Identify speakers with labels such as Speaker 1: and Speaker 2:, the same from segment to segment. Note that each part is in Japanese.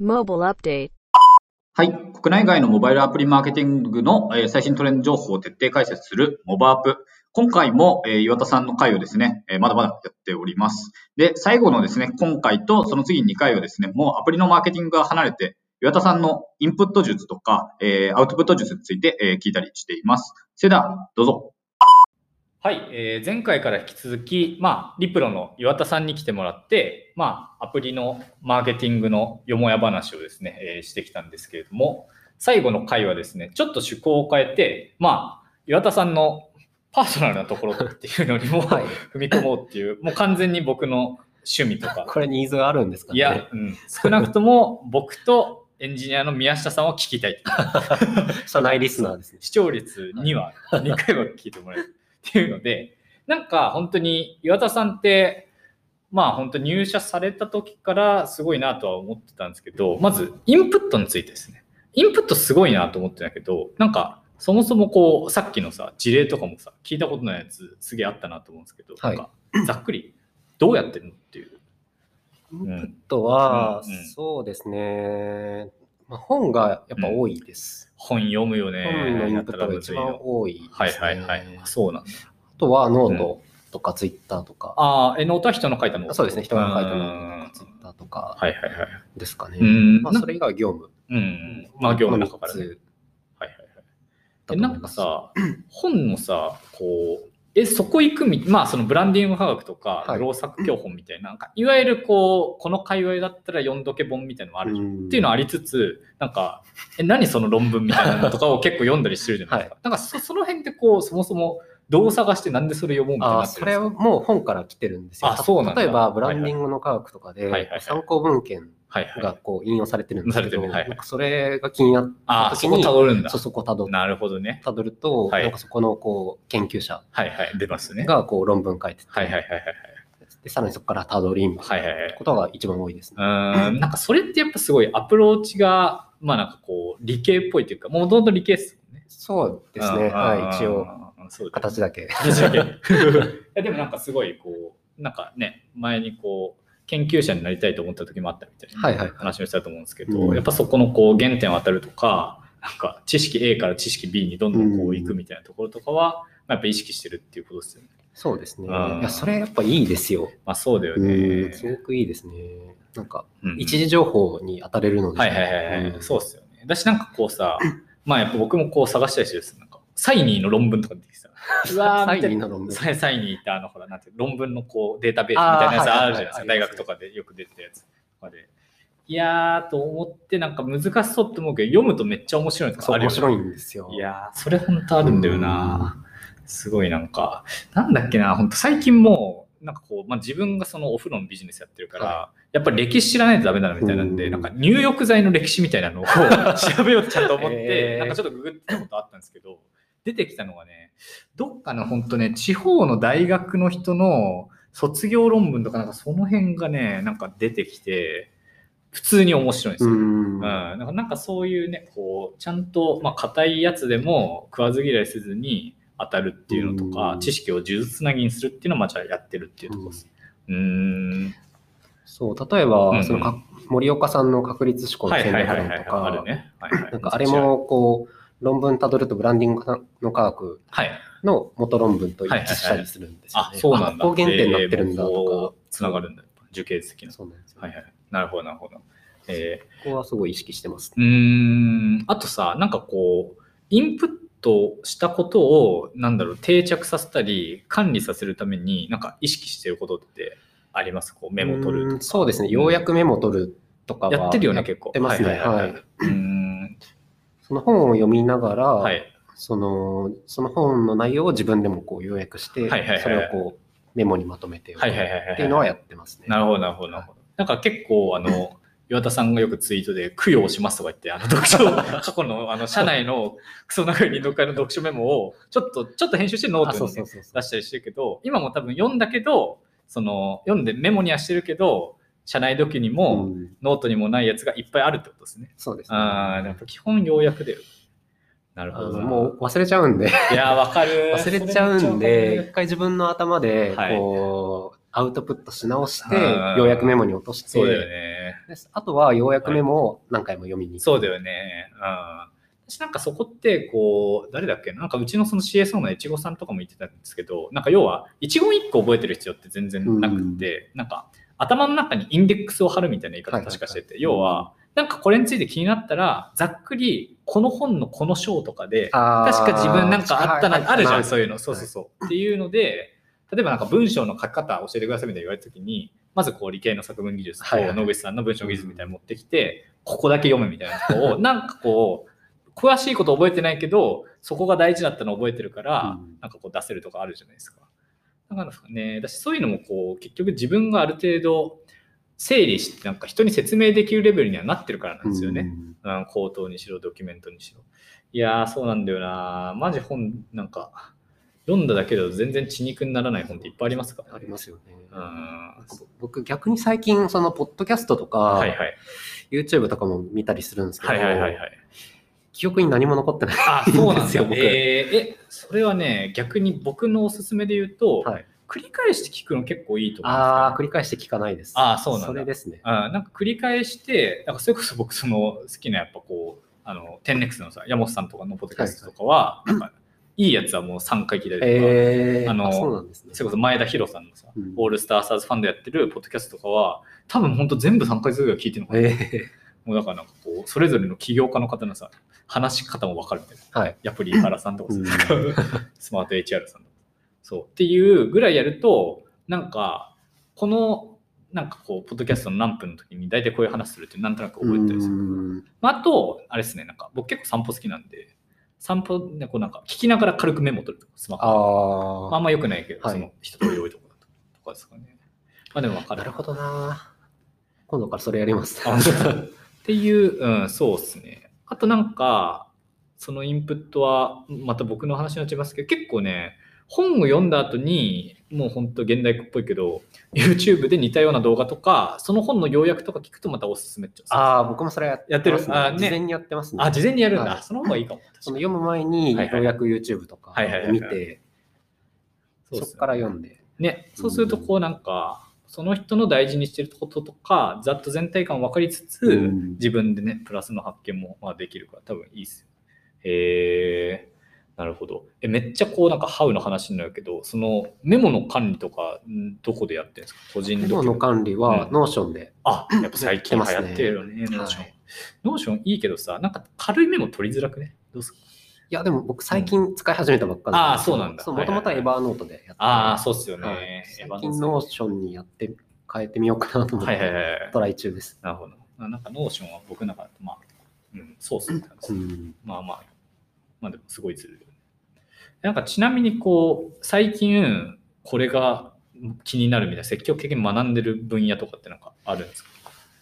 Speaker 1: Mobile update.
Speaker 2: はい。国内外のモバイルアプリマーケティングの、えー最新トレンド情報を徹底解説するモバアップ。今回も、えー岩田さんの回をですね、えーまだまだやっております。で、最後のですね、今回とその次2回をですね、もうアプリのマーケティングが離れて、岩田さんのインプット術とか、えーアウトプット術について、えー聞いたりしています。それでは、どうぞ。
Speaker 3: はい、えー前回から引き続き、まあ、リプロの岩田さんに来てもらって、まあ、アプリのマーケティングのよもや話をですね、えーしてきたんですけれども、最後の回はですね、ちょっと趣向を変えて、まあ、岩田さんのパーソナルなところっていうのにも
Speaker 4: はい
Speaker 3: 踏み込もうっていう、もう完全に僕の趣味と か、
Speaker 4: これニーズがあるんですかね
Speaker 3: いや、うん、少なくとも僕とエンジニアの宮下さんを聞きたい。
Speaker 4: 社内リスナーですね。
Speaker 3: 視聴率2は2回 は聞いてもらえるっていうので、なんか本当に岩田さんって、まあ本当入社された時からすごいなとは思ってたんですけど、まずインプットについてですね。インプットすごいなと思ってたけど、なんかそもそもこうさっきのさ、事例とかもさ、聞いたことないやつすげえあったなと思うんですけど、
Speaker 4: はい
Speaker 3: なんかざっくりどうやってるのっていう。
Speaker 4: インプットは、
Speaker 3: うんうん
Speaker 4: そうですね。まあ、本がやっぱ多いです。
Speaker 3: 本読むよね。
Speaker 4: 本のインプットが
Speaker 3: や
Speaker 4: 一
Speaker 3: たらむずい
Speaker 4: 番
Speaker 3: よ
Speaker 4: 多い
Speaker 3: は
Speaker 4: で
Speaker 3: い
Speaker 4: す、ね。
Speaker 3: はいはい。あそうなんだ。
Speaker 4: あとはノートとかツイッターとか、
Speaker 3: ああ、え、ノートは人の書いたの
Speaker 4: そうですね、人が書いたノ
Speaker 3: う
Speaker 4: ート
Speaker 3: ん
Speaker 4: とかツイッターとか
Speaker 3: はいはいはい。
Speaker 4: ですかね。
Speaker 3: うん。
Speaker 4: まあ、それ以外は業務。
Speaker 3: うん。まあ、業務の中から、ね。
Speaker 4: の三つ
Speaker 3: はいはい
Speaker 4: だ
Speaker 3: はい。
Speaker 4: と
Speaker 3: でな
Speaker 4: 思い
Speaker 3: んか
Speaker 4: ます
Speaker 3: さ、本のさ、こう、え、そこ行くみ、まあ、そのブランディング科学とか、
Speaker 4: はい
Speaker 3: 老作教本みたいな、なんか、いわゆるこう、この界隈だったら読んどけ本みたいなのもあるじゃん。
Speaker 4: うん
Speaker 3: っていうのはありつつ、なんか、え、何その論文みたいなのとかを結構読んだりしてるじゃないですか。なんかそ、その辺ってこう、そもそも、どう探してなんでそれ読もうみたいに
Speaker 4: あ
Speaker 3: な
Speaker 4: あ、
Speaker 3: って
Speaker 4: そ
Speaker 3: るん
Speaker 4: れ
Speaker 3: ですか
Speaker 4: はもう本から来てるんですよ。
Speaker 3: あそうなんだ
Speaker 4: 例えば、ブランディングの科学とか
Speaker 3: はいはい
Speaker 4: で
Speaker 3: はい、
Speaker 4: 参考文献
Speaker 3: はいはい。
Speaker 4: がこう引用されてるんですけど、
Speaker 3: されてるはいはい
Speaker 4: なんかそれが気になっ
Speaker 3: あ
Speaker 4: た
Speaker 3: あ、
Speaker 4: 時
Speaker 3: そこ
Speaker 4: に、
Speaker 3: 辿るんだ
Speaker 4: そう。そこたど
Speaker 3: なるほどね。
Speaker 4: たどると、
Speaker 3: はい
Speaker 4: なんかそこのこう研究者
Speaker 3: はいはい。出ますね。
Speaker 4: がこう論文書いてて、
Speaker 3: はいはいはいはい。
Speaker 4: でさらにそこからたどりみた
Speaker 3: はいいはいはい。
Speaker 4: なことが一番多いですね。
Speaker 3: うんなんかそれってやっぱすごいアプローチが、まあなんかこう、理系っぽいというか、もうどんどん理系っすよね。
Speaker 4: そうです
Speaker 3: う
Speaker 4: ね、
Speaker 3: ん
Speaker 4: はい、一応。
Speaker 3: うんそうだね
Speaker 4: 形だけ。
Speaker 3: 形だけ いやでもなんかすごいこう、なんかね、前にこう、研究者になりたいと思った時もあったみたいな
Speaker 4: はいはいはい
Speaker 3: 話をしたと思うんですけ
Speaker 4: う
Speaker 3: ど、
Speaker 4: ん
Speaker 3: やっぱそこのこう、原点を当たるとか、なんか知識 A から知識 B にどんどんこう行くみたいなところとかは、まあやっぱ意識してるっていうことですよね。
Speaker 4: そうですね。い
Speaker 3: うん
Speaker 4: や、それやっぱいいですよ。
Speaker 3: まあそうだよ
Speaker 4: うん
Speaker 3: ね。
Speaker 4: すごくいいですね。なんか、
Speaker 3: うん
Speaker 4: 一時情報に当たれるので。
Speaker 3: はいはいはいはい、
Speaker 4: うん
Speaker 3: そうっすよね。だしなんかこ うさ、まあやっぱ僕もこう探したりしてるんですよなんか、サイニーの論文とか出てきてさ、うわー
Speaker 4: サ
Speaker 3: み
Speaker 4: イ
Speaker 3: た
Speaker 4: ン
Speaker 3: い
Speaker 4: に
Speaker 3: な。
Speaker 4: なるのも
Speaker 3: サイサイニーってあのほら、なんていうの論文のこうデータベースみたいなやつあるじゃな
Speaker 4: あーはいは
Speaker 3: いですか。
Speaker 4: いはい
Speaker 3: 大学とかでよく出てたやつとかで。いやーと思ってなんか難しそうって思うけど、読むとめっちゃ面白いのと
Speaker 4: そ
Speaker 3: か
Speaker 4: う、
Speaker 3: あるよ
Speaker 4: 面
Speaker 3: ね
Speaker 4: 白いんですよ。
Speaker 3: いやー、それ本当あるんだよな。すごいなんか、なんだっけな、本当最近もう、なんかこう、まあ、自分がそのお風呂のビジネスやってるから、やっぱり歴史知らないとダメだなみたいなんで、
Speaker 4: うん
Speaker 3: なんか入浴剤の歴史みた いなのを調べようってちゃんと思って、
Speaker 4: へー
Speaker 3: なんかちょっとググってたことあったんですけど、出てきたのがね、どっかの本当ね、地方の大学の人の卒業論文とかなんかその辺がね、なんか出てきて、普通に面白いんです
Speaker 4: う
Speaker 3: よ。うん
Speaker 4: ん。
Speaker 3: なんかなんかそういうね、こう、ちゃんと、まあ、硬いやつでも食わず嫌いせずに当たるっていうのとか
Speaker 4: う、ん
Speaker 3: 知識を数珠つなぎにするっていうのを、まあ、じゃあやってるっていうところです。うーん。
Speaker 4: そう、例え
Speaker 3: うんう
Speaker 4: ば、
Speaker 3: ん
Speaker 4: そのか、森岡さんの確率思考の戦略論と
Speaker 3: ある
Speaker 4: か、
Speaker 3: ね。はいはい。
Speaker 4: なんかあれ、もこう論文たどるとブランディングの科学
Speaker 3: はい。
Speaker 4: の元論文と一致したりするんですよね。
Speaker 3: あ、そうなんだ。
Speaker 4: あここ原点になってるんだ
Speaker 3: えーもう
Speaker 4: と
Speaker 3: こうつながるんだ。受形的
Speaker 4: か。
Speaker 3: な。
Speaker 4: そうなんですよ、
Speaker 3: はいはい。なるほど、なるほど。えー、
Speaker 4: ここはすごい意識してます、
Speaker 3: うーん、あとさ、なんかこう、インプットしたことを、なんだろう、定着させたり、管理させるために、なんか意識してることってありますこう、メモ取る
Speaker 4: う
Speaker 3: と
Speaker 4: ん
Speaker 3: か。
Speaker 4: そうですね。ようやくメモ取るとかは
Speaker 3: やってるよね、結構。
Speaker 4: やってますね。
Speaker 3: は
Speaker 4: はいい
Speaker 3: はいはい、うーん。
Speaker 4: その本を読みながら、
Speaker 3: はい。
Speaker 4: その、その本の内容を自分でもこう要約して、
Speaker 3: はいはいはい
Speaker 4: それをこうメモにまとめておく
Speaker 3: はいはいはいはいはい
Speaker 4: っていうのはやってますね。
Speaker 3: なるほど、なるほど、なるほど。なんか結構、あの、岩田さんがよくツイートで、供養しますとか言って、あの、読書、過去の、あの、社内のクソ長い臨読会の読書メモを、ちょっと、ちょっと編集してノー
Speaker 4: あ、
Speaker 3: ト
Speaker 4: そう
Speaker 3: にね
Speaker 4: そうそうそう
Speaker 3: 出。したりしてるけど、今も多分読んだけど、その読んでメモにはしてるけど、社内時にも、
Speaker 4: うん
Speaker 3: ノートにもないやつがいっぱいあるってことですね。
Speaker 4: そうですね。
Speaker 3: ああ、やっぱ基本要約だよ。なるほ
Speaker 4: あ
Speaker 3: ど
Speaker 4: の
Speaker 3: な。
Speaker 4: もう忘れちゃうん で、
Speaker 3: いやー、わかる。
Speaker 4: 忘れちゃうんで、一回自分の頭で、
Speaker 3: はい
Speaker 4: こう、アウトプットし直して、
Speaker 3: うん
Speaker 4: ようやくメモに落として、
Speaker 3: それめっちゃわかる。そうだよね。
Speaker 4: ですあとは、ようやくメモを何回も読みに。
Speaker 3: そうだよね。うん。私なんかそこって、こう、誰だっけななんかうちのその CSO のいちごさんとかも言ってたんですけど、なんか要は、一言一個覚えてる必要って全然なくて、なんか頭の中にインデックスを貼るみたいな言い
Speaker 4: は
Speaker 3: 方
Speaker 4: いはいはい
Speaker 3: 確かしてて、要は、なんかこれについて気になったら、ざっくり、この本のこの章とかで、
Speaker 4: 確
Speaker 3: 確か自分なんかあったな、あるじゃん、そういうの。そうそう
Speaker 4: う。
Speaker 3: そう。っていうので、例えばなんか文章の書き方教えてくださいみたいな言われたときに、まずこう理系の作文技術と
Speaker 4: はいはい
Speaker 3: 野口さんの文章技術みたいなの持ってきて、ここだけ読むみたいなのを、なんかこう、詳しいこと覚えてないけど、そこが大事だったの覚えてるから
Speaker 4: うん、
Speaker 3: なんかこう出せるとかあるじゃないですか。だからね、だしそういうのもこう、結局自分がある程度整理して、なんか人に説明できるレベルにはなってるからなんですよね。
Speaker 4: うん
Speaker 3: うん、口頭にしろ、ドキュメントにしろ。いやー、そうなんだよな。マジ本、なんか、読んだだけど全然血肉にならない本っていっぱいありますから、
Speaker 4: ありますよね。
Speaker 3: うん。は
Speaker 4: 僕、逆に最近、その、ポッドキャストと
Speaker 3: い
Speaker 4: か
Speaker 3: は、い。
Speaker 4: YouTube とかも見たりするんですけど
Speaker 3: はい、はいはいはい。
Speaker 4: 記憶に何も残ってない。
Speaker 3: あ、そうなんですよ。
Speaker 4: 僕
Speaker 3: えーえ、それはね、逆に僕のおすすめで言うと、
Speaker 4: はい
Speaker 3: 繰り返して聞くの結構いいと思うんですよ
Speaker 4: ああ、繰り返して聞かないです。
Speaker 3: あーそうなんだ
Speaker 4: それですね。
Speaker 3: うんなんか繰り返して、なんかそれこそ僕、その好きなやっぱこう、あの、テンネックスのさ、山本さんとかのポッドキャストとかは、なんかいいやつはもう3回聞いたりとか、
Speaker 4: えー、
Speaker 3: あの
Speaker 4: そうなんですね。
Speaker 3: それこそ前田博さんのさ、
Speaker 4: うん
Speaker 3: オールスターサーズファンドやってるポッドキャストとかは、多分本当全部3回ずつぐらい聞いてるのかな。
Speaker 4: え
Speaker 3: もうだからなんかこう、それぞれの起業家の方のさ、話し方もわかるみたいな。
Speaker 4: ー、はい。
Speaker 3: やっぱり井原さんとかさ、
Speaker 4: うん
Speaker 3: スマート HR さんとか。そう。っていうぐらいやると、なんか、この、なんかこう、ポッドキャストの何分の時に大体こういう話するってなんとなく覚えてたりする。
Speaker 4: うん
Speaker 3: まあ、あと、あれですね、なんか僕結構散歩好きなんで、散歩、ね、こうなんか聞きながら軽くメモ取るとか、スマホで
Speaker 4: あ
Speaker 3: まあ、あ
Speaker 4: あ、
Speaker 3: んま良くないけど、
Speaker 4: はい
Speaker 3: その人通り多いところだととかですかね。まあでも分かる。
Speaker 4: なるほどな。今度からそれやります。
Speaker 3: あそうっていう、うん、そうですね。あとなんか、そのインプットは、また僕の話になっちゃいますけど、結構ね、本を読んだ後に、もう本当現代っぽいけど、YouTube で似たような動画とか、その本の要約とか聞くとまたおすすめっちゃおすすめ
Speaker 4: ああ、僕もそれや
Speaker 3: やってる
Speaker 4: ますね
Speaker 3: あーね
Speaker 4: 事前にやってますね。
Speaker 3: あ、事前にやるんだ。
Speaker 4: はい
Speaker 3: その方がいいかも。
Speaker 4: その読む前に、よ
Speaker 3: はいはいう
Speaker 4: やく YouTube とか
Speaker 3: はいはいはいはい
Speaker 4: 見て、
Speaker 3: うっ
Speaker 4: そ
Speaker 3: すね
Speaker 4: こから読んで。
Speaker 3: ね、そうするとこうなんか、その人の大事にしてることとか、ざっと全体感分かりつつ、
Speaker 4: うん
Speaker 3: 自分でね、プラスの発見もまあできるから多分いいですよ。へえなるほど。え、めっちゃこうなんかハウの話になるけど、そのメモの管理とか、んどこでやってるんですか個人
Speaker 4: メ
Speaker 3: ドキュ
Speaker 4: モ
Speaker 3: メント
Speaker 4: の管理は
Speaker 3: うん
Speaker 4: ノーションで。
Speaker 3: あ、やっぱ最近流行ってるよね、
Speaker 4: て
Speaker 3: ノー
Speaker 4: ま
Speaker 3: シ
Speaker 4: す
Speaker 3: ョン。
Speaker 4: ね
Speaker 3: ノーションいいけどさ、なんか軽いメモ取りづらくね。どうすか
Speaker 4: いや、でも僕最近使い始めたばっかなんですけど
Speaker 3: あーそうなん
Speaker 4: も
Speaker 3: だ
Speaker 4: ともとは
Speaker 3: はい
Speaker 4: エ
Speaker 3: は
Speaker 4: バーノートでやってて
Speaker 3: ああ、そうっすよね。
Speaker 4: はい
Speaker 3: エ
Speaker 4: 最
Speaker 3: ヴァ
Speaker 4: 近
Speaker 3: ン
Speaker 4: ノーションにやって、変えてみようかなと思っ
Speaker 3: はいはい
Speaker 4: て、
Speaker 3: はいはい。
Speaker 4: トライ中です。
Speaker 3: なるほど。あなんかノーションは僕なんか、まあ、うん、そうっす ね。
Speaker 4: うん
Speaker 3: まあまあ、まあでもすごいずるい。なんかちなみにこう、最近これが気になるみたいな、積極的に学んでる分野とかってなんかあるんですか、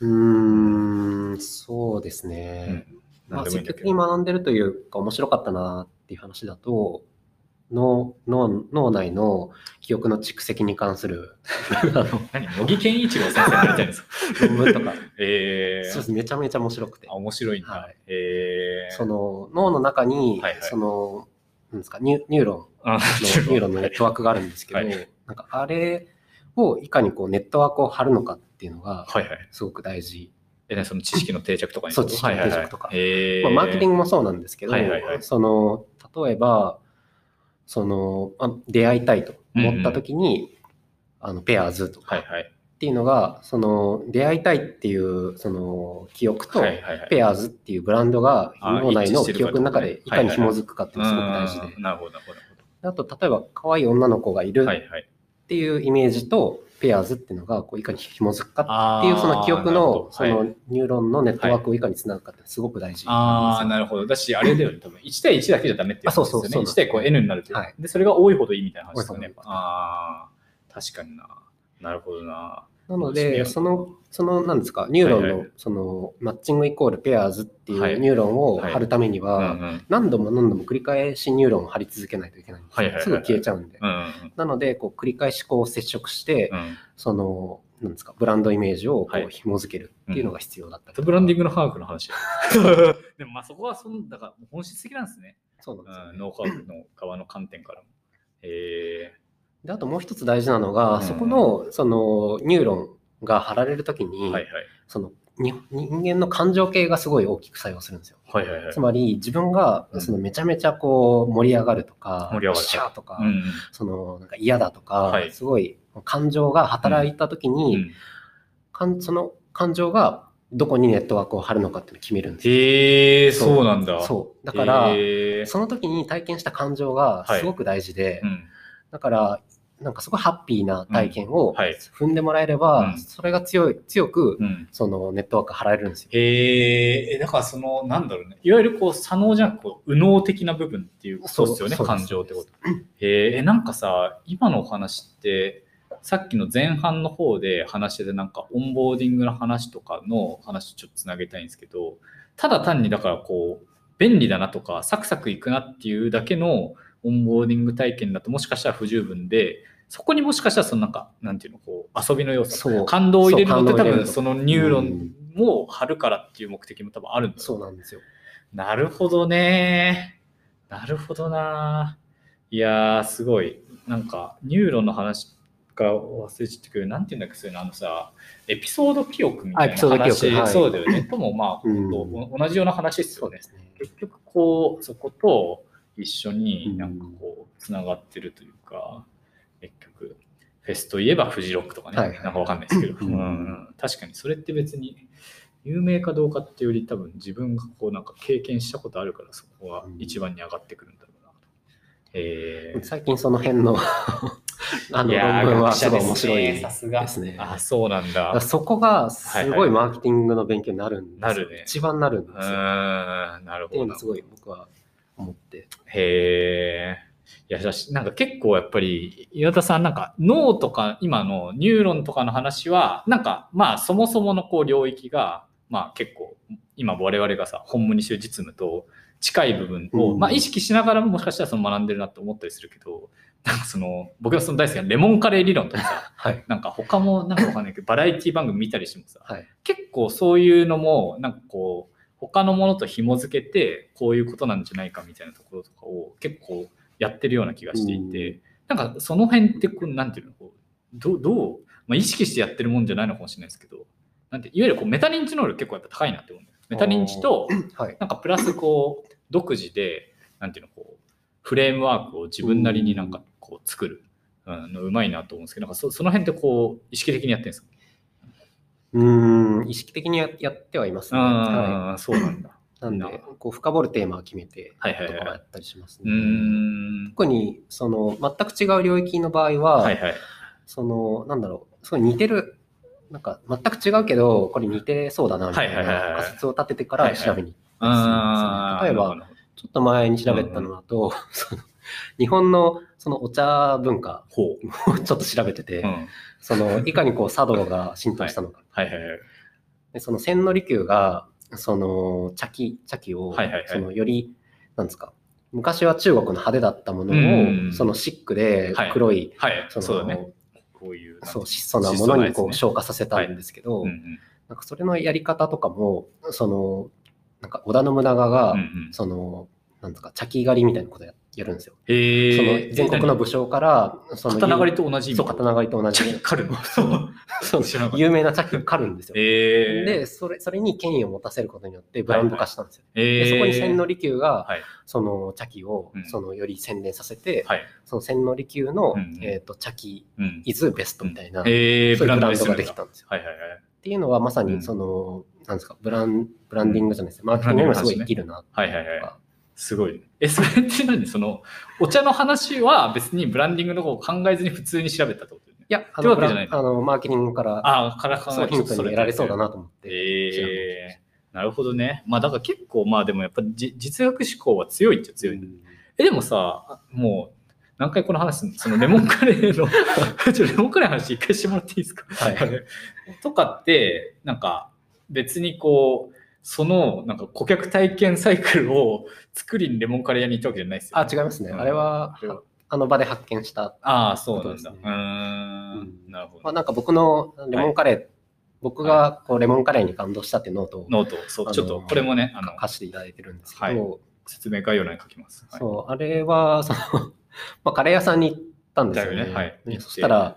Speaker 4: うーん、そうですね。ま
Speaker 3: なん
Speaker 4: あ、
Speaker 3: でもい
Speaker 4: 積
Speaker 3: いんだ
Speaker 4: 極
Speaker 3: け
Speaker 4: 的に
Speaker 3: ど。
Speaker 4: 学んでるというか、面白かったなっていう話だと、脳脳脳内の記憶の蓄積に関するあの
Speaker 3: 何茂木健一郎先生になり たいんですか
Speaker 4: 論文とか、
Speaker 3: え
Speaker 4: そうで
Speaker 3: ー、
Speaker 4: すめちゃめちゃ面白くて
Speaker 3: あ、面白いな。
Speaker 4: はい
Speaker 3: えー、
Speaker 4: その脳の中に、
Speaker 3: はいはい
Speaker 4: そのなんですかニュニューロン
Speaker 3: あ
Speaker 4: のニューロンのネットワークがあるんですけど、
Speaker 3: はい
Speaker 4: なんかあれをいかにこうネットワークを張るのかっていうのが
Speaker 3: はいはい。
Speaker 4: すごく大事。
Speaker 3: え、ね、その知識の定着とかに
Speaker 4: そう知識の定着とか
Speaker 3: はいはいはいえー、
Speaker 4: まあ、マーケティングもそうなんですけど、
Speaker 3: はいはいはい
Speaker 4: その例えばそのあ出会いたいと思った時に、あのペアーズとか
Speaker 3: はい
Speaker 4: っ
Speaker 3: はい。
Speaker 4: ていうのがその出会いたいっていうその記憶と、
Speaker 3: はいはいはい。
Speaker 4: ペアーズっていうブランドが
Speaker 3: あ
Speaker 4: 脳内
Speaker 3: 一致
Speaker 4: の
Speaker 3: してる
Speaker 4: 記
Speaker 3: かって
Speaker 4: 憶
Speaker 3: こ
Speaker 4: の中
Speaker 3: とね
Speaker 4: でいかに紐づくかっていうのがすごく大事
Speaker 3: う
Speaker 4: で
Speaker 3: んなるほど、なるほどなる
Speaker 4: あと例えば可愛い女の子がい
Speaker 3: ほ
Speaker 4: る
Speaker 3: ど。はいはい。
Speaker 4: っていうイメージと、ペアーズっていうのがこういかに紐づくかっ
Speaker 3: って
Speaker 4: いう、その記憶のそ
Speaker 3: はい
Speaker 4: のニューロンのネットワークをいかにつなぐかってすごく大事
Speaker 3: ああ、
Speaker 4: なんで
Speaker 3: なるほど。だし、あれだよね、多分1対1だけじゃダメっていう
Speaker 4: あそうそう
Speaker 3: ことですよね。1
Speaker 4: そう
Speaker 3: 対こう N になるという、
Speaker 4: はい
Speaker 3: で、それが多いほどいいみたいな話ですよね
Speaker 4: 多い。ほど
Speaker 3: ああ、確かにな。なるほどな。
Speaker 4: すよなの
Speaker 3: そう
Speaker 4: で、
Speaker 3: ですね
Speaker 4: その、その、なんですか、ニューロ
Speaker 3: はい
Speaker 4: ン
Speaker 3: は
Speaker 4: の、その、マッチングイコールペアーズってい
Speaker 3: は
Speaker 4: う
Speaker 3: い
Speaker 4: ニューロンを
Speaker 3: はい
Speaker 4: 張るために
Speaker 3: うんう
Speaker 4: は、
Speaker 3: ん。
Speaker 4: 何度も何度も繰り返しニューロンを張り続けないといけないんです
Speaker 3: はいはいは
Speaker 4: よ。
Speaker 3: い
Speaker 4: すぐ消えちゃうんで
Speaker 3: う。んうん
Speaker 4: なので、こう、繰り返しこう接触して、
Speaker 3: うん
Speaker 4: その、なんですか、ブランドイメージをこ
Speaker 3: はいう
Speaker 4: 紐づけるっていうのが必要だったりとか。
Speaker 3: ブランディングのハーフの話。 でもまあそこはそんだから本質的なんですね。
Speaker 4: そうなん
Speaker 3: う
Speaker 4: ですよね
Speaker 3: ん、ノーハーフの側の観点からも。ええ
Speaker 4: であともう一つ大事なのが、
Speaker 3: うん
Speaker 4: そこのそのニューロンが貼られるときに、
Speaker 3: はいはい。
Speaker 4: そのに人間の感情系がすごい大きく作用するんですよ。
Speaker 3: はいはいはい
Speaker 4: つ。まり自分が
Speaker 3: うん
Speaker 4: そのめちゃめちゃこう盛り上がるとか、
Speaker 3: 盛り上がる
Speaker 4: シャーとか、
Speaker 3: うん
Speaker 4: そのなんか嫌だとか、
Speaker 3: はい
Speaker 4: すごい感情が働いたとき
Speaker 3: うん。
Speaker 4: に、
Speaker 3: うん
Speaker 4: かんその感情がどこにネットワークを張るのかっていうのを決めるんですよ。
Speaker 3: へえ、そうなんだ。
Speaker 4: そうだから、
Speaker 3: へー
Speaker 4: その時に体験した感情がすごく大事で、
Speaker 3: うん
Speaker 4: だからなんかすごいハッピーな体験を
Speaker 3: うんはい
Speaker 4: 踏んでもらえれば、
Speaker 3: うん
Speaker 4: それが強い強く
Speaker 3: うん。
Speaker 4: そのネットワーク張られるんですよ。
Speaker 3: へえ、だからその、なんだろうね。いわゆるこう、左脳じゃなく、こう右脳的な部分っていうことですよね、
Speaker 4: そうそう
Speaker 3: 感情ってこと。へえ、なんかさ、今のお話って、さっきの前半の方で話してて、なんか、オンボーディングの話とかの話とちょっとつなげたいんですけど、ただ単にだからこう、便利だなとか、サクサクいくなっていうだけのオンボーディング体験だともしかしたら不十分で、そこにもしかしたらそのなんか、なんていうの、こう、遊びの要素
Speaker 4: そう
Speaker 3: 感動を入れるのって
Speaker 4: そう
Speaker 3: 多
Speaker 4: 感動を入れる
Speaker 3: 分
Speaker 4: の
Speaker 3: そのニューロンも張るからっていう目的も多分あるんだ
Speaker 4: そう
Speaker 3: ろう
Speaker 4: なんですよ。
Speaker 3: なるほどね。なるほどな。いやー、すごい。なんか、ニューロンの話が忘れちゃってくる。なんていうんだっけ、そういうの、あのさ、エピソード記憶みた
Speaker 4: あエ
Speaker 3: いな
Speaker 4: ピソード記
Speaker 3: 話、
Speaker 4: 憶はい
Speaker 3: そうだよね。とも、まあ、
Speaker 4: うん
Speaker 3: ほんとお同じような話ですよね。
Speaker 4: すね。
Speaker 3: 結局、こう、そこと一緒になんかこう、つながってるというか、結局、フェスといえばフジロックとかね、
Speaker 4: はいはい
Speaker 3: なんかわかんないですけど、う
Speaker 4: うん
Speaker 3: んうん確かにそれって別に有名かどうかっていうより多分自分がこうなんか経験したことあるからそこが一番に上がってくるんだろうなと。えー
Speaker 4: 最近その辺 のあの
Speaker 3: いやー
Speaker 4: 論文は
Speaker 3: 学
Speaker 4: す
Speaker 3: 者
Speaker 4: ごい
Speaker 3: で
Speaker 4: 面
Speaker 3: す
Speaker 4: 白い
Speaker 3: ね
Speaker 4: で
Speaker 3: さ
Speaker 4: す
Speaker 3: すが
Speaker 4: ね。
Speaker 3: あ、そうなん
Speaker 4: だ
Speaker 3: だ。
Speaker 4: からそこがすご
Speaker 3: はいはい
Speaker 4: いマーケティングの勉強になるんですよ
Speaker 3: なるね
Speaker 4: 一番なるん
Speaker 3: う
Speaker 4: ですよ。っ
Speaker 3: ーん、なる
Speaker 4: てい
Speaker 3: ほ
Speaker 4: う
Speaker 3: ど
Speaker 4: の。すごい僕は思って。
Speaker 3: へえ。いや、だしなんか結構やっぱり、岩田さんなんか脳とか今のニューロンとかの話は、なんかまあそもそものこう領域が、まあ結構今我々がさ、本務にしてる実務と近い部分を、
Speaker 4: うん
Speaker 3: まあ意識しながらももしかしたらその学んでるなって思ったりするけど、なんかその僕がその大好きなレモンカレー理論とかさ、
Speaker 4: はい。
Speaker 3: なんか他もなんかわかんないけど、バラエティ番組見たりしてもさ、
Speaker 4: はい。
Speaker 3: 結構そういうのもなんかこう他のものと紐づけてこういうことなんじゃないかみたいなところとかを結構やってるような気がしていてなんかその辺ってこうなんていうのこうどうどう、まあ、意識してやってるもんじゃないのかもしれないですけどなんていわゆるこうメタ認知能力結構やっぱ高いなって思うんだよメタ認知と
Speaker 4: はい。
Speaker 3: なんかプラスこう独自でなんていうのこうフレームワークを自分なりになんかこう作る、うん、のうまいなと思うんですけどなんかそその辺ってこう意識的にやってるんですか
Speaker 4: うーん、意識的にややってはいますね。は
Speaker 3: ああそうなんだ。
Speaker 4: い。なん
Speaker 3: な
Speaker 4: で、こう、深掘るテーマを決めて
Speaker 3: はい
Speaker 4: と
Speaker 3: は
Speaker 4: か
Speaker 3: いはい。
Speaker 4: はやったりします
Speaker 3: うー
Speaker 4: ね。
Speaker 3: ん。
Speaker 4: 特に、その、全く違う領域の場合は、
Speaker 3: はいはい。
Speaker 4: その、なんだろう、すごい似てる、なんか全く違うけど、これ似てそうだな、みたい
Speaker 3: はいはいはい
Speaker 4: な
Speaker 3: はい
Speaker 4: 仮説を立ててから調べに行ったりするんですよね
Speaker 3: あー
Speaker 4: 例え、
Speaker 3: な
Speaker 4: ば
Speaker 3: る、ほど
Speaker 4: ちょっと前に調べたのだと、 その日本のそのお茶文化
Speaker 3: ほ
Speaker 4: をちょっと調べてて、
Speaker 3: う。うん。
Speaker 4: そのいかにこう茶道が浸透したのか。
Speaker 3: はいはいはい。
Speaker 4: でその千利休が、その茶器、茶器を、
Speaker 3: はいはいはい
Speaker 4: そのより、なんですか、昔は中国の派手だったものを、
Speaker 3: うん
Speaker 4: そのシックで
Speaker 3: はい
Speaker 4: 黒い、
Speaker 3: はい、
Speaker 4: そ
Speaker 3: そ
Speaker 4: の
Speaker 3: うだね。こういう。
Speaker 4: そう質素なものにこう
Speaker 3: 質
Speaker 4: 昇華させたんですけど、
Speaker 3: うんうん。
Speaker 4: なんかそれのやり方とかも、その、なんか織田信長が、
Speaker 3: うんうん
Speaker 4: その、なんですか、茶器狩りみたいなことややるんですよ。そ
Speaker 3: へえ。
Speaker 4: の全国の武将から、その
Speaker 3: 刀狩りと同じ意味。
Speaker 4: そう刀狩りと同
Speaker 3: チ
Speaker 4: じ
Speaker 3: ャキカルの。そう。
Speaker 4: そう
Speaker 3: 知らなかった
Speaker 4: 有名な茶器を狩るん ですよ。
Speaker 3: ええ。
Speaker 4: でそれ、それに権威を持たせることによってブランド化したんですよ。
Speaker 3: え
Speaker 4: で
Speaker 3: え、
Speaker 4: そこに千利休が、
Speaker 3: はい
Speaker 4: その茶器を
Speaker 3: うん
Speaker 4: そのより洗練させて、
Speaker 3: はい
Speaker 4: その千利休の、
Speaker 3: うんうん
Speaker 4: えー、と茶器
Speaker 3: うん。
Speaker 4: イズベストみたいな、
Speaker 3: ええ、
Speaker 4: そういうブラ
Speaker 3: に
Speaker 4: ンド
Speaker 3: す
Speaker 4: が
Speaker 3: るん
Speaker 4: で
Speaker 3: だ
Speaker 4: き。たんですよ。
Speaker 3: はいはいはい。
Speaker 4: っていうのはまさ
Speaker 3: うん
Speaker 4: にその、なんですかブランブランディングじゃないですか、マーケティングにもすごい生きるなとか、
Speaker 3: はいはいはい。すごい。え、それって何 その、お茶の話は別にブランディングのことを考えずに普通に調べたってことだよね。
Speaker 4: いやあ
Speaker 3: って
Speaker 4: の
Speaker 3: わ
Speaker 4: ブ
Speaker 3: け
Speaker 4: ラ
Speaker 3: じゃない
Speaker 4: ンあのマーケティングから
Speaker 3: ああ、から考
Speaker 4: そ
Speaker 3: え
Speaker 4: のヒントに得られそうだなと思って。
Speaker 3: ええなるほどね。まあだから結構まあでもやっぱじ実学志向は強いっちゃ強い。
Speaker 4: うん
Speaker 3: え、でもさ、もう何回この話すんのそのレモンカレーの、ちょレモンカレーの話一回してもらっていいですか、
Speaker 4: はい
Speaker 3: とかって、なんか別にこう、そのなんか顧客体験サイクルを作りにレモンカレー屋に行ったわけじゃないですよ、
Speaker 4: あ、違いますね。
Speaker 3: うん
Speaker 4: あれは
Speaker 3: あれは、
Speaker 4: あの場で発見した。
Speaker 3: ああ、そうなん
Speaker 4: そ
Speaker 3: だ。
Speaker 4: うですね
Speaker 3: うーん。
Speaker 4: うん
Speaker 3: なるほ
Speaker 4: まあ、
Speaker 3: ど。
Speaker 4: なんか僕のレモンカレー、僕がこうレモンカレーに感動したっていうノートを
Speaker 3: ノート、そう、
Speaker 4: あのー
Speaker 3: ちょっとこれもね、あの、
Speaker 4: 貸していただいてるんですけど、
Speaker 3: はい説明概要欄に書きます。は い
Speaker 4: そう、あれは、その、まあ、カレー屋さんに行ったんですよ
Speaker 3: だよ
Speaker 4: ね。
Speaker 3: ねはい
Speaker 4: で
Speaker 3: 行って
Speaker 4: そしたら、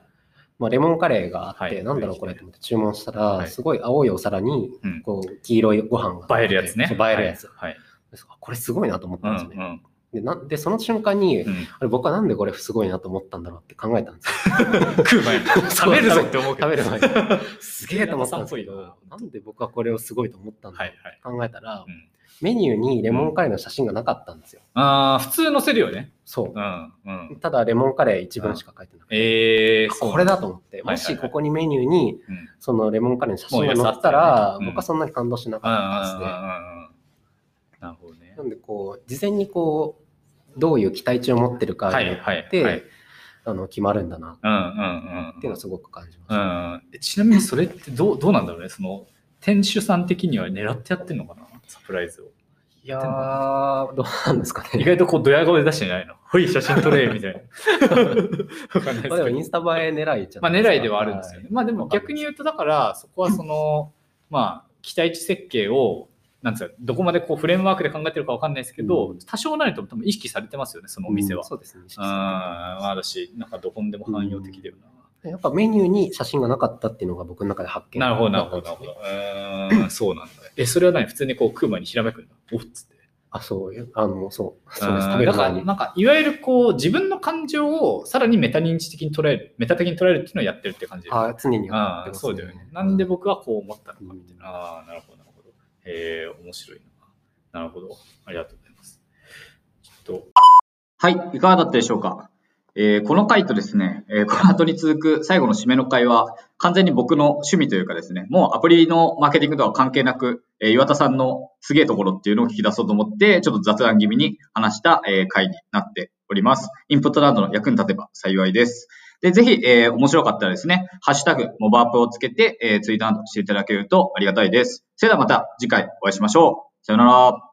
Speaker 4: まあ、レモンカレーがあって、
Speaker 3: はい
Speaker 4: なんだろうこれと思って注文したら、
Speaker 3: はい
Speaker 4: すごい青いお皿に
Speaker 3: うん
Speaker 4: こう黄色いご飯があって
Speaker 3: 映えるやつね。
Speaker 4: そう映えるやつ、
Speaker 3: はい。
Speaker 4: あこれすごいなと思った
Speaker 3: は
Speaker 4: ん
Speaker 3: い
Speaker 4: です
Speaker 3: う
Speaker 4: よ
Speaker 3: ん
Speaker 4: ね、
Speaker 3: うん
Speaker 4: でなんでその瞬間に、
Speaker 3: うん
Speaker 4: あれ僕はなんでこれすごいなと思ったんだろうって考えたんですよ
Speaker 3: 食う前に食べるぞって思うけど。
Speaker 4: 食べる前にすげえと思ったんですけ
Speaker 3: すげえ
Speaker 4: どなんで僕はこれをすごいと思ったんだ
Speaker 3: は
Speaker 4: ろう
Speaker 3: いはい。
Speaker 4: 考えたら、
Speaker 3: うん
Speaker 4: メニューにレモンカレーの写真がなかったんですよ、
Speaker 3: ああ、普通載せるよね。
Speaker 4: そう
Speaker 3: う、んうん。
Speaker 4: ただレモンカレー一文しか書いてなくて、
Speaker 3: ええ、そう
Speaker 4: これだと思って、
Speaker 3: はいはい
Speaker 4: も
Speaker 3: はい
Speaker 4: しここにメニューに
Speaker 3: うん
Speaker 4: そのレモンカレーの写真が載ったら、
Speaker 3: うん
Speaker 4: 僕はそんなに感動しな
Speaker 3: うんうんうん
Speaker 4: かった
Speaker 3: うん
Speaker 4: で
Speaker 3: うんうん。なるほどね
Speaker 4: すね。。なんでこう、事前にこう、どういう期待値を持ってるか
Speaker 3: は
Speaker 4: によ
Speaker 3: いはい
Speaker 4: っ
Speaker 3: は
Speaker 4: て
Speaker 3: い。、
Speaker 4: あの、決まるんだな
Speaker 3: うんうんうん。
Speaker 4: っていうのはすごく感じまし
Speaker 3: う
Speaker 4: た。
Speaker 3: ん、ちなみにそれってどうどうなんだろうね、その店主さん的には狙ってやってるのかな、サプライズを。
Speaker 4: いやー、どうなんですか
Speaker 3: 意
Speaker 4: ね。
Speaker 3: 外とこう、ドヤ顔で出してんじゃないの、ほい、写真撮れみたいな。
Speaker 4: まあ
Speaker 3: わかんないです
Speaker 4: で
Speaker 3: け
Speaker 4: も
Speaker 3: ど
Speaker 4: インスタ映え狙いじゃ
Speaker 3: ま
Speaker 4: な
Speaker 3: あ、
Speaker 4: いか
Speaker 3: 狙いではあるんですよね。。まあ、でも逆に言うと、だから、そこは その、まあ、期待値設計を、なんつうか、どこまでこうフレームワークで考えてるかわかんないですけど、
Speaker 4: うん
Speaker 3: 多少なりとも多分意識されてますよね、そのお
Speaker 4: お
Speaker 3: 店は。
Speaker 4: そうですね。意識
Speaker 3: うん、
Speaker 4: されて
Speaker 3: ま
Speaker 4: ま
Speaker 3: あ、だし、なんかどこにでも汎用的だよな。
Speaker 4: すやっぱメニューに写真がなかったっていうのが僕の中で発見
Speaker 3: な
Speaker 4: だ
Speaker 3: る
Speaker 4: っ
Speaker 3: ほ
Speaker 4: た
Speaker 3: ど、
Speaker 4: んですね。
Speaker 3: なるほど、なるほど。うーん、そうなんだ。え、それは何普通にこう食う前にひらめくんだ。おっつって。
Speaker 4: あ、そう、あの、そう、そうです。
Speaker 3: う
Speaker 4: 食
Speaker 3: ん
Speaker 4: べる
Speaker 3: だか
Speaker 4: 前
Speaker 3: ら、
Speaker 4: に。
Speaker 3: なんか、いわゆるこう、自分の感情をさらにメタ認知的に捉える、メタ的に捉えるっていうのをやってるって感じ。
Speaker 4: あ常にやっ
Speaker 3: あ
Speaker 4: て
Speaker 3: あ、
Speaker 4: ます
Speaker 3: そうだよね。なんで僕はこう思ったのか
Speaker 4: う
Speaker 3: み
Speaker 4: ん
Speaker 3: たいな。ああ、なるほど、なるほど。へえ、面白いな。なるほど。ありがとうございます。ちょっと、
Speaker 2: はい、いかがだったでしょうか。えーこの回とですね、えーこの後に続く最後の締めの回は、完全に僕の趣味というかですね、もうアプリのマーケティングとは関係なく、えー岩田さんのすげえところっていうのを聞き出そうと思って、ちょっと雑談気味に話した、えー回になっております。インプットなどの役に立てば幸いです。で、ぜひ、えー面白かったらですね、ハッシュタグ、モバアップをつけて、えーツイートなどしていただけるとありがたいです。それではまた次回お会いしましょう。さよなら。